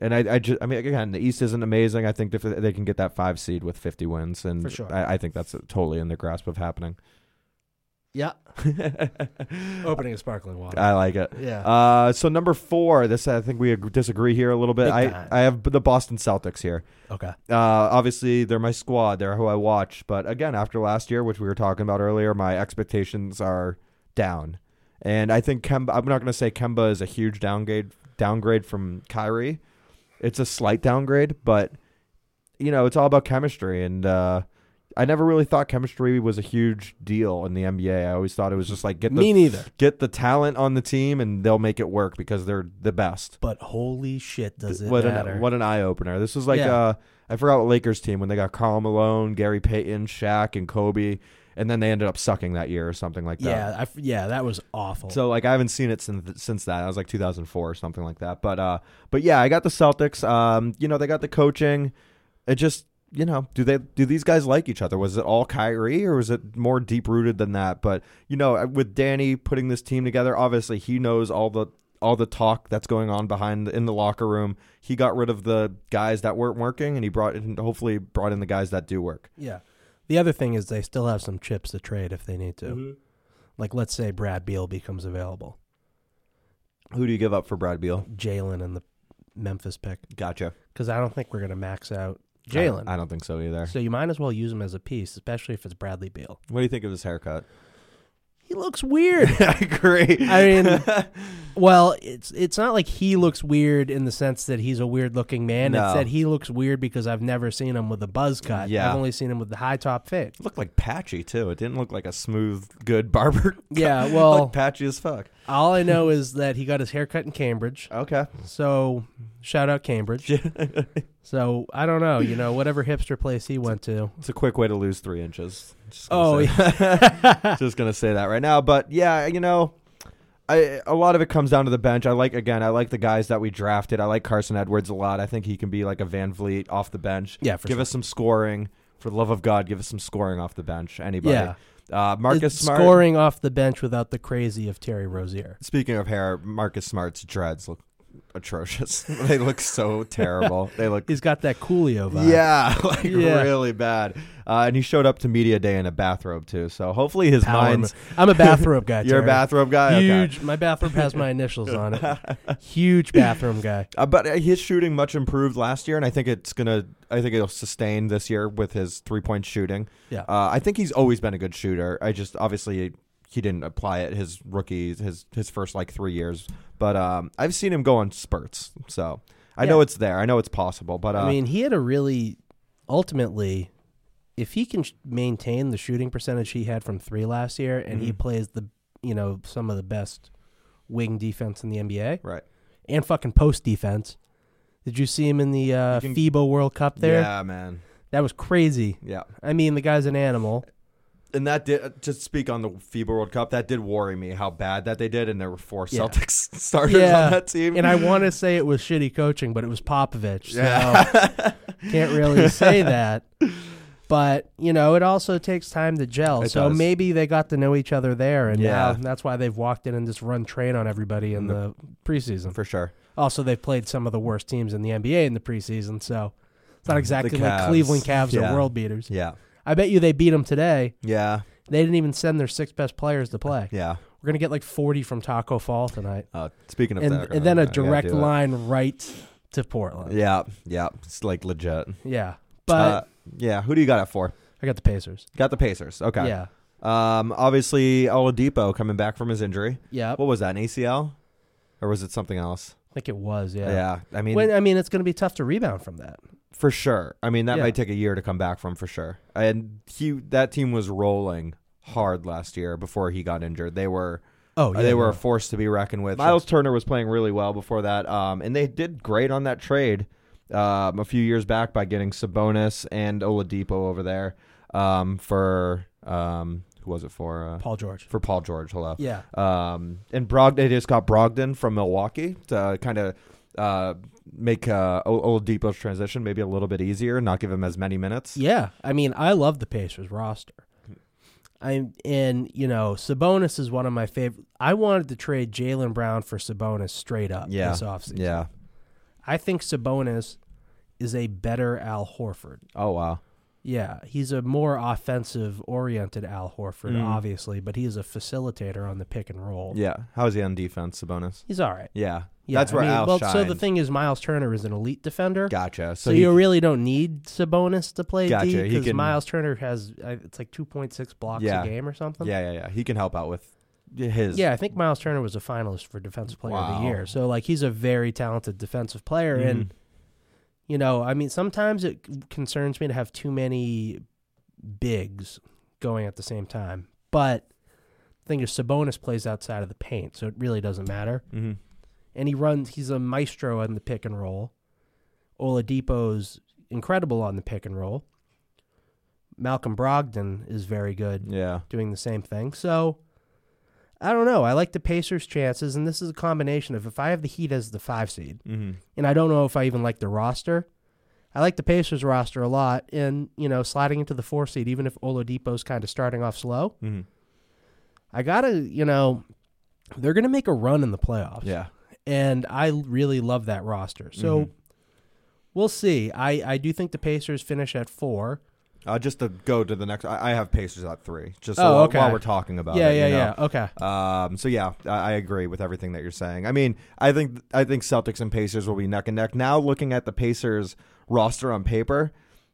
S2: And I, I, just, I mean, again, the East isn't amazing. I think if they can get that five seed with 50 wins, and
S1: For sure.
S2: I, I think that's totally in the grasp of happening.
S1: Yeah. Opening a sparkling water.
S2: I like it.
S1: yeah.
S2: Uh, so number four, this I think we ag- disagree here a little bit.
S1: Big
S2: I,
S1: time.
S2: I have the Boston Celtics here.
S1: okay.
S2: Uh, obviously, they're my squad. They're who I watch. But again, after last year, which we were talking about earlier, my expectations are down. And I think Kemba. I'm not going to say Kemba is a huge downgrade downgrade from Kyrie. It's a slight downgrade, but you know, it's all about chemistry. And uh, I never really thought chemistry was a huge deal in the NBA. I always thought it was just like get the
S1: Me neither.
S2: get the talent on the team and they'll make it work because they're the best.
S1: But holy shit, does it
S2: what
S1: matter?
S2: an what an eye opener. This was like
S1: Yeah.
S2: uh I forgot what Lakers team when they got Carl Malone, Gary Payton, Shaq, and Kobe, and then they ended up sucking that year or something like that.
S1: yeah, I f yeah, that was awful.
S2: So like I haven't seen it since since that. I was like 2004 or something like that. But uh but yeah, I got the Celtics. Um you know, they got the coaching. It just, you know, do they do these guys like each other? Was it all Kyrie or was it more deep-rooted than that? But you know, uh, with Danny putting this team together, obviously he knows all the all the talk that's going on behind in the locker room. He got rid of the guys that weren't working and he brought in hopefully brought in the guys that do work.
S1: yeah. The other thing is they still have some chips to trade if they need to. Like let's say Brad Beal becomes available,
S2: Who do you give up for Brad Beal?
S1: Jalen and the Memphis pick,
S2: Gotcha.
S1: because I don't think we're gonna max out
S2: I
S1: Jalen.
S2: don't- I don't think so either.
S1: So you might as well use him as a piece, especially if it's Bradley Beal.
S2: What do you think of his haircut?
S1: He looks weird.
S2: I agree.
S1: I mean, well, it's it's not like he looks weird in the sense that he's a weird looking man.
S2: No.
S1: It's that he looks weird because I've never seen him with a buzz cut.
S2: Yeah.
S1: I've only seen him with the high top fade.
S2: looked like patchy too. It didn't look like a smooth, good barber.
S1: Yeah, well,
S2: like patchy as fuck.
S1: all I know is that he got his hair cut in Cambridge.
S2: Okay.
S1: So shout out Cambridge. so I don't know, you know, whatever hipster place he went to.
S2: It's a quick way to lose three inches. Just gonna
S1: Oh,
S2: say-
S1: yeah.
S2: just gonna say that right now. But yeah, you know, I a lot of it comes down to the bench. I like again, I like the guys that we drafted. I like Carson Edwards a lot. I think he can be like a Van Vliet off the bench.
S1: Yeah, for
S2: give us some scoring. For the love of God, give us some scoring off the bench. Anybody?
S1: Yeah.
S2: Uh, Marcus
S1: It's
S2: Smart.
S1: scoring off the bench without the crazy of Terry Rozier.
S2: Speaking of hair, Marcus Smart's dreads look atrocious. they look so terrible. They look
S1: He's got that Coolio vibe.
S2: Yeah, like
S1: Yeah.
S2: really bad. Uh, and he showed up to media day in a bathrobe too. So hopefully his
S1: Power
S2: mind's
S1: move. I'm a bathrobe guy.
S2: your
S1: Terry.
S2: bathrobe guy. oh, Okay.
S1: Huge. My bathrobe has my initials on it. Huge bathroom guy.
S2: Uh, but uh, his shooting much improved last year, and I think it's gonna. I think it'll sustain this year with his three point shooting.
S1: Yeah.
S2: Uh, I think he's always been a good shooter. I just obviously he didn't apply it his rookies his his first like three years. But um, I've seen him go on spurts, so I know
S1: Yeah.
S2: it's there. I know it's possible. But uh,
S1: I mean, he had a really ultimately if he can sh- maintain the shooting percentage he had from 3 last year and
S2: Mhm.
S1: he plays the, you know, some of the best wing defense in the NBA
S2: right?
S1: and fucking post defense. Did you see him in the uh,
S2: You can-
S1: FIBA World Cup there?
S2: Yeah, man.
S1: That was crazy.
S2: Yeah.
S1: I mean, the guy's an animal.
S2: and that did uh, to speak on the FIBA World Cup. That did worry me how bad that they did, and there were four
S1: Yeah.
S2: Celtics starters
S1: Yeah.
S2: on that team.
S1: And I want to say it was shitty coaching, but it was Popovich. So
S2: yeah,
S1: can't really say that. But you know, it also takes time to gel.
S2: It
S1: so
S2: does.
S1: maybe they got to know each other there, and
S2: Yeah. Mm-hmm.
S1: now that's why they've walked in and just run train on everybody in the preseason.
S2: for sure.
S1: Also, they've played some of the worst teams in the NBA in the preseason, so it's not exactly like
S2: Mm, Cavs.
S1: Cleveland Cavs
S2: Yeah.
S1: are world beaters.
S2: Yeah,
S1: I bet you they beat them today.
S2: yeah,
S1: They didn't even send their six best players to play.
S2: yeah.
S1: We're gonna get like forty from Taco Fall tonight,
S2: Uh, speaking of
S1: and
S2: that,
S1: and then
S2: I
S1: a
S2: gotta
S1: direct
S2: do it.
S1: line right to Portland.
S2: Yeah, yeah, it's like legit.
S1: Yeah, but
S2: uh, yeah, who do you got it for?
S1: I got the Pacers.
S2: Got the Pacers. Okay.
S1: Yeah,
S2: Um, obviously Oladipo coming back from his injury.
S1: yeah.
S2: What was that? An ACL, or was it something else?
S1: I think it was.
S2: Yeah. I mean,
S1: when, I mean, it's going to be tough to rebound from that.
S2: for sure. I mean, that
S1: Yeah.
S2: might take a year to come back from for sure. And he that team was rolling hard last year before he got injured. They were
S1: Oh,
S2: they were a force to be reckoned with. Miles Turner was playing really well before that, um, and they did great on that trade um, a few years back by getting Sabonis and Oladipo over there um, for um, who was it for uh,
S1: Paul George.
S2: for Paul George? Hello,
S1: Yeah,
S2: um, and Brog, they just got Brogdon from Milwaukee to kind of uh, make uh, Old Depot's transition maybe a little bit easier and not give him as many minutes.
S1: yeah. I mean, I love the Pacers roster. I'm and you know Sabonis is one of my favorite. I wanted to trade Jalen Brown for Sabonis straight up
S2: Yeah.
S1: this offseason.
S2: Yeah.
S1: I think Sabonis is a better Al Horford.
S2: Oh wow.
S1: Yeah, he's a more offensive oriented Al Horford,
S2: Mm.
S1: obviously, but he is a facilitator on the pick and roll.
S2: Yeah. How is he on defense, Sabonis?
S1: He's all right.
S2: Yeah.
S1: Yeah,
S2: That's
S1: I
S2: where
S1: mean,
S2: Al
S1: well,
S2: shines.
S1: so the thing is, Miles Turner is an elite defender,
S2: Gotcha.
S1: so,
S2: So, he,
S1: you really don't need Sabonis to play
S2: Gotcha,
S1: D
S2: he
S1: because
S2: can-
S1: Miles Turner has uh, it's like two point six blocks
S2: Yeah.
S1: a game or something.
S2: yeah, yeah, yeah. He can help out with his.
S1: Yeah, I think Miles Turner was a finalist for Defensive Player of
S2: Wow.
S1: the Year. So like he's a very talented defensive player,
S2: Mhm.
S1: and you know, I mean, sometimes it c- concerns me to have too many bigs going at the same time. But the thing is, Sabonis plays outside of the paint, so it really doesn't matter.
S2: Mhm.
S1: And he runs; he's a maestro on the pick and roll. Oladipo's incredible on the pick and roll. Malcolm Brogdon is very good
S2: Yeah.
S1: doing the same thing. So I don't know. I like the Pacers' chances, and this is a combination of if I have the Heat as the five seed,
S2: Mm-hmm.
S1: and I don't know if I even like the roster. I like the Pacers roster a lot, and you know, sliding into the four seed, even if Oladipo's kind of starting off slow,
S2: Mm-hmm.
S1: I gotta, you know, they're gonna make a run in the playoffs,
S2: Yeah.
S1: and I really love that roster. So
S2: Mhm.
S1: we'll see. I I do think the Pacers finish at four.
S2: Uh, just to go to the next, I, I have Pacers at three. Just
S1: Oh,
S2: so while-
S1: okay.
S2: while we're talking about
S1: yeah,
S2: it,
S1: yeah,
S2: Uh, you know?
S1: yeah. Okay.
S2: Um, so yeah, I, I agree with everything that you're saying. I mean, I think I think Celtics and Pacers will be neck and neck. Now looking at the Pacers roster on paper,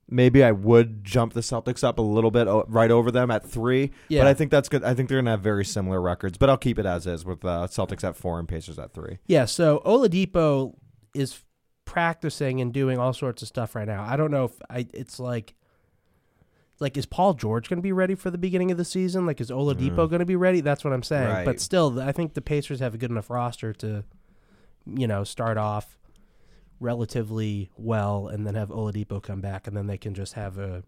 S2: maybe I would jump the Celtics up a little bit o- right over them at three.
S1: Yeah.
S2: But I think that's good. I think they're gonna have very similar records. But I'll keep it as is with uh, Celtics at four and Pacers at three.
S1: Yeah, so Oladipo is practicing and doing all sorts of stuff right now. I don't know if I it's like like is Paul George going to be ready for the beginning of the season? Like is Oladipo going to be ready? That's what I'm saying.
S2: Right.
S1: But still, I think the Pacers have a good enough roster to you know, start off relatively well and then have Oladipo come back and then they can just have a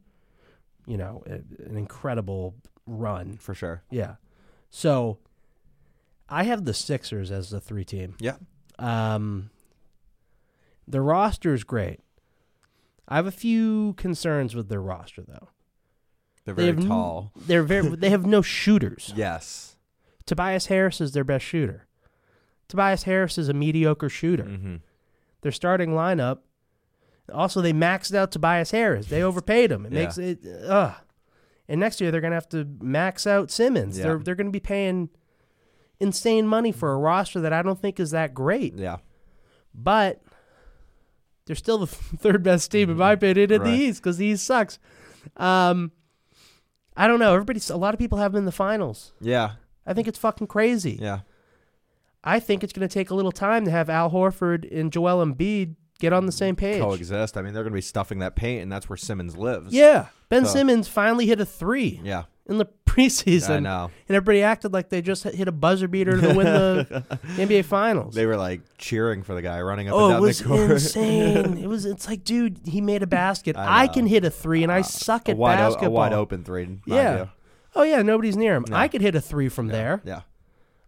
S1: you know, a, an incredible run.
S2: For sure.
S1: Yeah. So I have the Sixers as the three team.
S2: Yeah.
S1: Um, the roster is great. I have a few concerns with their roster though.
S2: They're
S1: They
S2: very
S1: have n-
S2: tall.
S1: They're very they have no shooters.
S2: Yes.
S1: Tobias Harris is their best shooter. Tobias Harris is a mediocre shooter.
S2: Mm-hmm.
S1: Their starting lineup. Also, they maxed out Tobias Harris. They overpaid him. It
S2: Yeah.
S1: makes it ugh. And next year they're gonna have to max out Simmons.
S2: Yeah.
S1: They're they're gonna be paying insane money for a roster that I don't think is that great.
S2: Yeah.
S1: but they're still the third best team in my opinion in the
S2: Mm-hmm. Right.
S1: East because the East sucks. Um, I don't know. Everybody's a lot of people have them in the finals.
S2: Yeah.
S1: I think it's fucking crazy.
S2: Yeah.
S1: I think it's going to take a little time to have Al Horford and Joel Embiid get on the same page.
S2: Mm-hmm. Coexist. I mean, they're gonna be stuffing that paint, and that's where Simmons lives.
S1: Yeah, Ben
S2: So-
S1: Simmons finally hit a three
S2: Yeah.
S1: in the preseason,
S2: I know.
S1: and everybody acted like they just hit a buzzer beater to win the NBA Finals.
S2: They were like cheering for the guy running up and
S1: Oh, it
S2: down
S1: was
S2: the court.
S1: insane. It was. It's like, dude, he made a basket. I,
S2: I know. Uh,
S1: can hit a three, and I suck
S2: a
S1: at
S2: wide, o-
S1: basketball.
S2: a wide open three. mind
S1: Yeah.
S2: you.
S1: Oh yeah, nobody's near him. I could hit a three from there.
S2: yeah.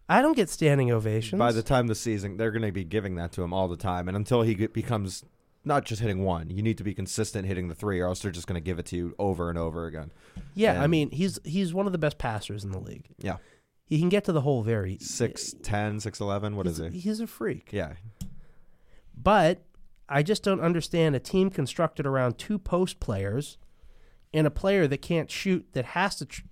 S1: I don't get standing ovations.
S2: By the time the season, they're going to be giving that to him all the time, and until he get, becomes not just hitting one, you need to be consistent hitting the three, or else they're just going to give it to you over and over again.
S1: yeah, I
S2: and-
S1: mean, he's he's one of the best passers in the league.
S2: Yeah,
S1: He can get to the hole very.
S2: six ten, six eleven. What is
S1: He's-
S2: it?
S1: He's a freak.
S2: Yeah,
S1: But I just don't understand a team constructed around two post players and a player that can't shoot that has to tr-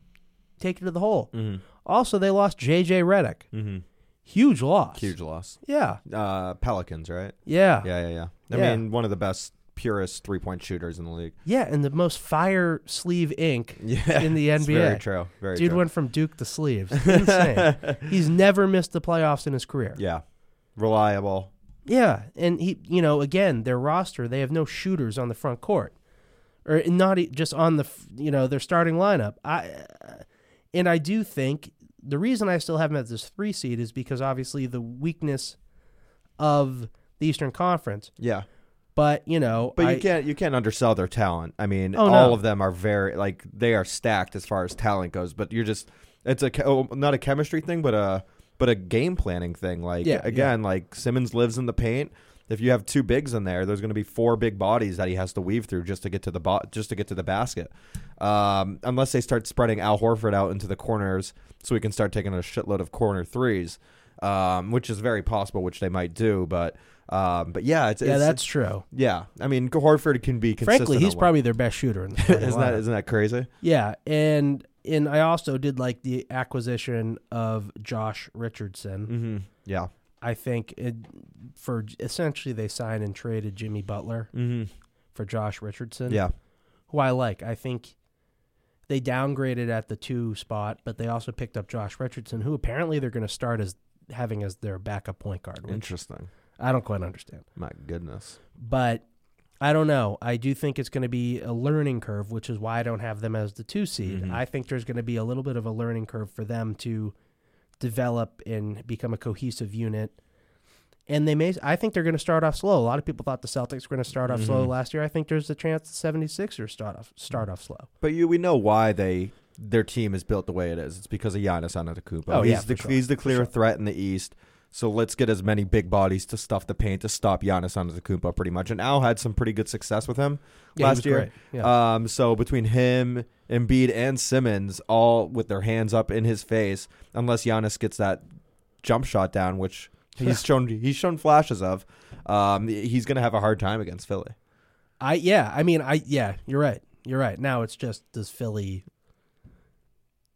S1: take it to the hole.
S2: Mm-hmm.
S1: Also, they lost J.J. Redick. Mm-hmm. Huge loss.
S2: huge loss.
S1: Yeah.
S2: Uh, Pelicans, right?
S1: Yeah.
S2: Yeah, yeah, yeah. I
S1: Yeah.
S2: mean, one of the best, purest three point shooters in the league.
S1: Yeah, and the most fire sleeve ink
S2: Yeah,
S1: in the
S2: It's Very
S1: NBA.
S2: true. Very
S1: Dude
S2: true.
S1: went from Duke to sleeves. Insane. He's never missed the playoffs in his career.
S2: yeah, reliable.
S1: Yeah, and he, you know, again, their roster, they have no shooters on the front court, or not e- just on the, f- you know, their starting lineup. I, uh, and I do think the reason I still have them at this three seed is because obviously the weakness of the Eastern Conference.
S2: Yeah.
S1: But you know,
S2: But
S1: I,
S2: you can't you can't undersell their talent. I mean,
S1: Oh,
S2: all
S1: no.
S2: of them are very like they are stacked as far as talent goes. But you're just it's a che- oh, not a chemistry thing, but a but a game planning thing. Like
S1: Yeah,
S2: again, like Simmons lives in the paint. If you have two bigs in there, there's going to be four big bodies that he has to weave through just to get to the bo- just to get to the basket. Um, unless they start spreading Al Horford out into the corners, so we can start taking a shitload of corner threes, um, which is very possible, which they might do. But Um, but yeah, it's,
S1: yeah,
S2: it's-
S1: that's true.
S2: yeah. I mean, Horford can be consistent.
S1: Frankly, he's
S2: on one-
S1: probably their best shooter in the starting
S2: isn't that
S1: lineup.
S2: isn't that crazy?
S1: Yeah, and and I also did like the acquisition of Josh Richardson.
S2: Mm-hmm. Yeah.
S1: I think it, for essentially they signed and traded Jimmy Butler
S2: Mm-hmm.
S1: for Josh Richardson,
S2: Yeah.
S1: who I like. I think they downgraded at the two spot, but they also picked up Josh Richardson, who apparently they're going to start as having as their backup point guard, which
S2: Interesting.
S1: I don't quite understand.
S2: My goodness.
S1: But I don't know. I do think it's going to be a learning curve, which is why I don't have them as the two seed.
S2: Mhm.
S1: I think there's going to be a little bit of a learning curve for them to develop and become a cohesive unit. And they may, I think they're going to start off slow. A lot of people thought the Celtics were going to start off slow
S2: Mhm.
S1: last year. I think there's a chance the 76ers start off, start off slow.
S2: But you, we know why they their team is built the way it is. It's because of Giannis Antetokounmpo.
S1: Oh,
S2: he's
S1: yeah,
S2: the
S1: for sure,
S2: he's the clear
S1: sure.
S2: threat in the East. So let's get as many big bodies to stuff the paint to stop Giannis Antetokounmpo pretty much. And Al had some pretty good success with him
S1: Yeah, he
S2: last
S1: was
S2: year.
S1: great. Uh, Yeah.
S2: Um, so between him, Embiid, and Simmons, all with their hands up in his face, unless Giannis gets that jump shot down, which he's shown he's shown flashes of, um, he's gonna have a hard time against Philly.
S1: I, yeah, I mean, I, yeah, you're right. You're right. Now it's just, does Philly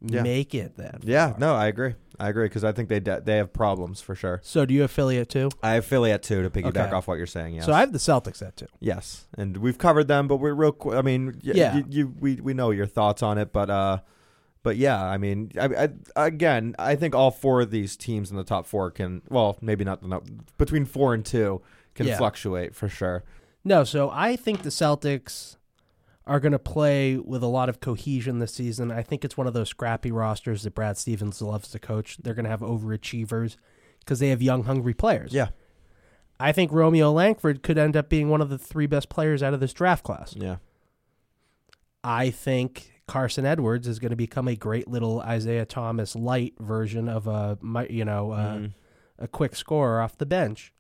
S2: Yeah.
S1: make it then?
S2: Yeah, no, I agree. I agree because I think they de- they have problems for sure.
S1: So do you affiliate too?
S2: I have Philly at two to piggyback
S1: Okay.
S2: off what you're saying. Yes.
S1: So I have the Celtics at two.
S2: yes, and we've covered them, but we're real. Qu- I mean, y-
S1: Yeah.
S2: you, you we we know your thoughts on it, but uh, but yeah, I mean, I, I again, I think all four of these teams in the top four can, well, maybe not the no- between four and two can
S1: Yeah.
S2: fluctuate for sure.
S1: No, so I think the Celtics are going to play with a lot of cohesion this season. I think it's one of those scrappy rosters that Brad Stevens loves to coach. They're going to have overachievers because they have young, hungry players.
S2: Yeah,
S1: I think Romeo Langford could end up being one of the three best players out of this draft class.
S2: yeah,
S1: I think Carson Edwards is going to become a great little Isaiah Thomas light version of a, mi- you know, uh,
S2: Mhm.
S1: a quick scorer off the bench.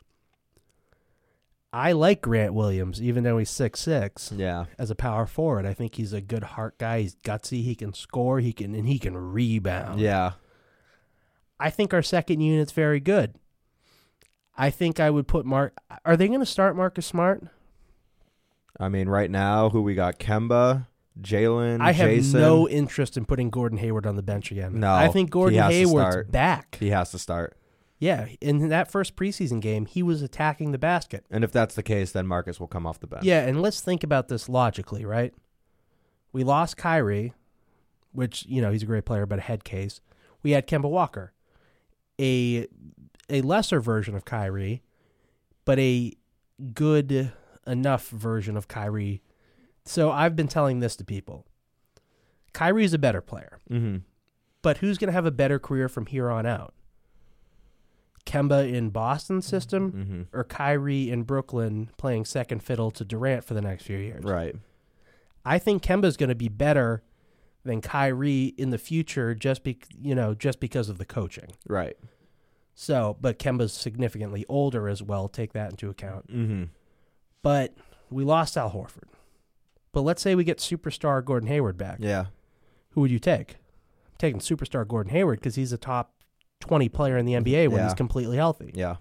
S1: I like Grant Williams, even though he's six six
S2: yeah,
S1: as a power forward. I think he's a good heart guy. He's gutsy. He can score. He can and he can rebound.
S2: yeah.
S1: I think our second unit's very good. I think I would put Mark. Are they going to start Marcus Smart?
S2: I mean, right now, who we got? Kemba, Jalen,
S1: I have
S2: Jason.
S1: no interest in putting Gordon Hayward on the bench again.
S2: No,
S1: I think Gordon
S2: he has to
S1: Hayward's
S2: start.
S1: back.
S2: He has to start,
S1: Yeah, in that first preseason game, he was attacking the basket.
S2: and if that's the case, then Marcus will come off the bench.
S1: Yeah, and let's think about this logically, right? We lost Kyrie, which, you know, he's a great player, but a head case. We had Kemba Walker, a a lesser version of Kyrie, but a good enough version of Kyrie. So I've been telling this to people. Kyrie's a better player,
S2: Mm-hmm.
S1: but who's going to have a better career from here on out? Kemba in Boston system
S2: Mm-hmm.
S1: or Kyrie in Brooklyn playing second fiddle to Durant for the next few years.
S2: Right.
S1: I think Kemba's going to be better than Kyrie in the future just be, you know, just because of the coaching.
S2: Right.
S1: So, but Kemba's significantly older as well, take that into account.
S2: Mm-hmm.
S1: But we lost Al Horford. But let's say we get superstar Gordon Hayward back.
S2: Yeah.
S1: Who would you take? I'm taking superstar Gordon Hayward cuz he's a top 20 player in the NBA when
S2: Yeah.
S1: he's completely healthy.
S2: Yeah.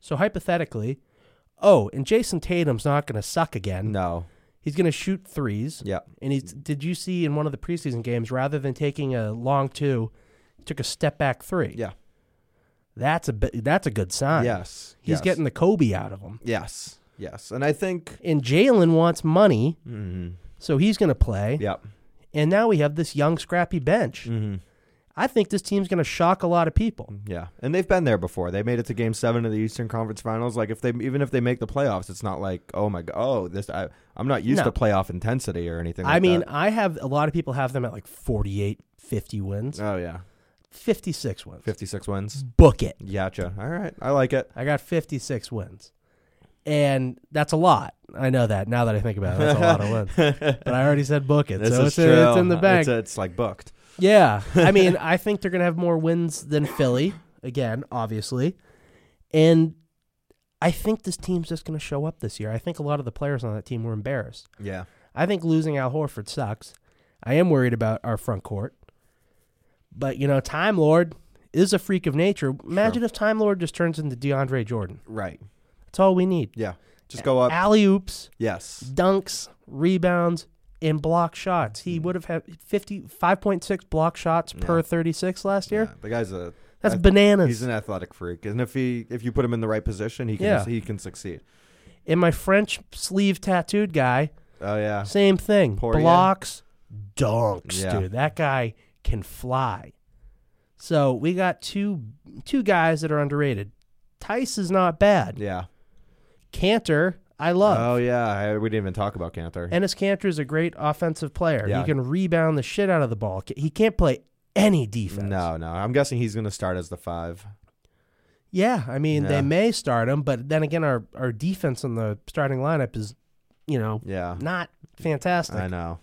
S1: So hypothetically, oh, and Jason Tatum's not going to suck again.
S2: No.
S1: He's going to shoot threes.
S2: Yeah.
S1: And he's
S2: Mm-hmm.
S1: did you see in one of the preseason games rather than taking a long two, took a step back three.
S2: Yeah.
S1: That's a bi- that's a good sign.
S2: Yes.
S1: He's
S2: yes.
S1: getting the Kobe out of him.
S2: Yes. Yes. And I think.
S1: And Jalen wants money,
S2: Mm-hmm.
S1: so he's going to play.
S2: Yep.
S1: And now we have this young, scrappy bench.
S2: Mm-hmm.
S1: I think this team's going to shock a lot of people.
S2: Yeah. And they've been there before. They made it to Game Seven of the Eastern Conference Finals. Like if they even if they make the playoffs, it's not like oh my god, oh this I I'm not used
S1: No.
S2: to playoff intensity or anything. Like
S1: I mean,
S2: that.
S1: I have a lot of people have them at like 48, 50 wins,
S2: oh yeah,
S1: 56 wins.
S2: 56 wins.
S1: Book it.
S2: Gotcha. All right, I like it.
S1: I got 56 wins. And that's a lot. I know that now that I think about it. That's a lot of wins. But I already said book it.
S2: This
S1: so
S2: is
S1: it's, in, it's
S2: true.
S1: in the bank.
S2: It's, it's, like booked.
S1: yeah. I mean, I think they're going to have more wins than Philly, again, obviously. And I think this team's just going to show up this year. I think a lot of the players on that team were embarrassed.
S2: Yeah.
S1: I think losing Al Horford sucks. I am worried about our front court. But, you know, Time Lord is a freak of nature. Imagine if Time Lord just turns into DeAndre Jordan.
S2: Right.
S1: That's all we need.
S2: Yeah. Just go up.
S1: Alley oops,
S2: Yes.
S1: dunks, rebounds, and block shots.
S2: Mm.
S1: He would have had 50, 5.6 block shots per 36 last year.
S2: Yeah, the guy's a
S1: That's
S2: I-
S1: bananas.
S2: he's an athletic freak, and if he if you put him in the right position, he can
S1: Yeah.
S2: he can succeed.
S1: and my French sleeve tattooed guy,
S2: Oh yeah.
S1: same thing.
S2: Poirier.
S1: Blocks, dunks,
S2: Yeah.
S1: dude. That guy can fly. So we got two two guys that are underrated. Tice is not bad.
S2: Yeah.
S1: Cantor, I love.
S2: Oh yeah. I- we didn't even talk about Cantor.
S1: Ennis Cantor is a great offensive player.
S2: Yeah.
S1: He can rebound the shit out of the ball. Ca- He can't play any defense.
S2: No, no. I'm guessing he's going to start as the five.
S1: Yeah, I mean
S2: Yeah.
S1: they may start him, but then again, our our defense in the starting lineup is, you know,
S2: Yeah.
S1: not fantastic.
S2: I know.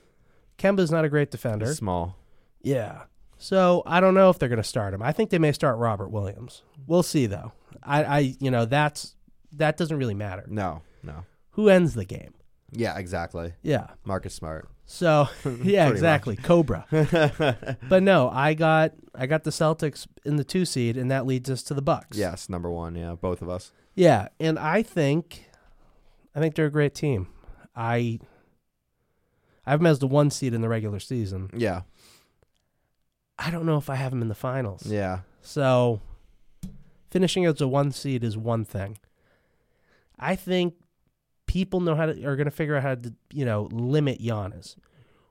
S1: Kemba's not a great defender.
S2: He's small.
S1: Yeah. So I don't know if they're going to start him. I think they may start Robert Williams. We'll see though. I, I you know that's that doesn't really matter.
S2: No. No.
S1: Who ends the game?
S2: Yeah. Exactly.
S1: Yeah.
S2: Marcus Smart.
S1: So yeah,
S2: much.
S1: exactly. Cobra. but no, I got I got the Celtics in the two seed, and that leads us to the Bucks.
S2: Yes, number one. Yeah, both of us.
S1: Yeah, and I think I think they're a great team. I I have them as the one seed in the regular season.
S2: Yeah.
S1: I don't know if I have them in the finals.
S2: Yeah.
S1: So finishing as a one seed is one thing. I think people know how to are going to figure out how to you know limit Giannis,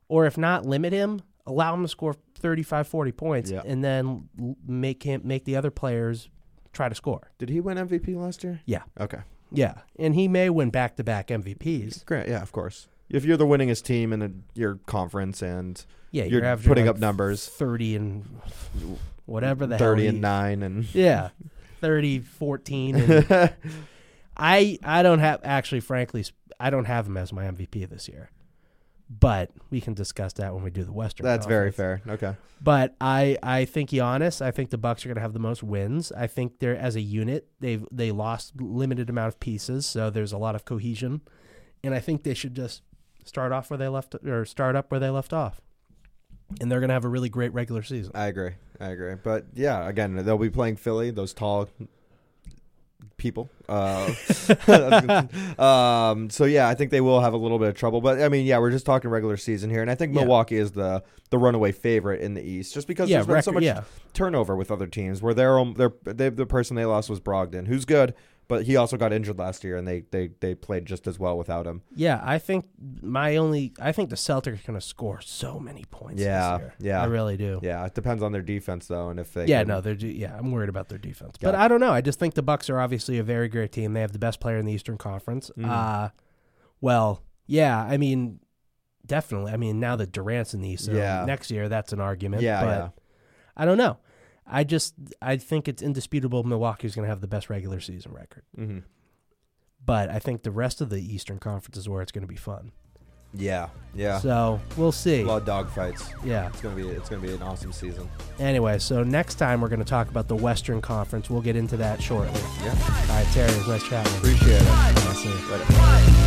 S1: or if not limit him, allow him to score 35, 40 points,
S2: Yeah.
S1: and then l- make him make the other players try to score.
S2: Did he win MVP last year?
S1: Yeah.
S2: Okay.
S1: Yeah, and he may win back to back MVPs.
S2: Great. Yeah, of course. If you're the winningest team in a, your conference and
S1: Yeah,
S2: You're
S1: averaging,
S2: putting
S1: like,
S2: up numbers.
S1: thirty and whatever the hell
S2: thirty
S1: he-
S2: and nine and
S1: Yeah. 30 14 and- I I don't have actually frankly sp- I don't have him as my MVP this year. But we can discuss that when we do the Western.
S2: that's very
S1: Conference.
S2: fair. Okay.
S1: But I I think Giannis, I think the Bucks are going to have the most wins. I think they're as a unit, they've they lost limited amount of pieces, so there's a lot of cohesion. And I think they should just start off where they left or start up where they left off. And they're going to have a really great regular season.
S2: I agree. I agree. But yeah, again, they'll be playing Philly. Those tall people. Uh, um, so yeah, I think they will have a little bit of trouble. But I mean, yeah, we're just talking regular season here, and I think
S1: Yeah.
S2: Milwaukee is the the runaway favorite in the East, just because
S1: Yeah,
S2: there's been so
S1: record-
S2: much
S1: yeah.
S2: turnover with other teams. Where their own, their they, the person they lost was Brogdon, who's good, but he also got injured last year, and they they they played just as well without him.
S1: Yeah, I think my only I think the Celtics are going to score so many points
S2: Yeah,
S1: this year.
S2: yeah.
S1: I really do.
S2: Yeah, it depends on their defense though, and if they
S1: Yeah,
S2: can-
S1: no, they're de- yeah. I'm worried about their defense,
S2: Got
S1: but I don't know. I just think the Bucks are obviously a very great team. They have the best player in the Eastern Conference.
S2: Mm-hmm.
S1: Uh well, yeah. I mean, definitely. I mean, now that Durant's in the East, so
S2: Yeah.
S1: next year that's an argument.
S2: Yeah,
S1: but
S2: yeah.
S1: I don't know. I just I think it's indisputable. Milwaukee's going to have the best regular season record,
S2: Mhm.
S1: but I think the rest of the Eastern Conference is where it's going to be fun.
S2: yeah, yeah,
S1: So we'll see.
S2: a lot of dog fights.
S1: yeah.
S2: It's gonna be it's gonna be an awesome season.
S1: Anyway, so next time we're going to talk about the Western Conference. We'll get into that shortly.
S2: Yeah,
S1: All right, Terry, it was nice chatting. with you.
S2: appreciate it.
S1: I'll see you.
S2: Later.
S3: Right.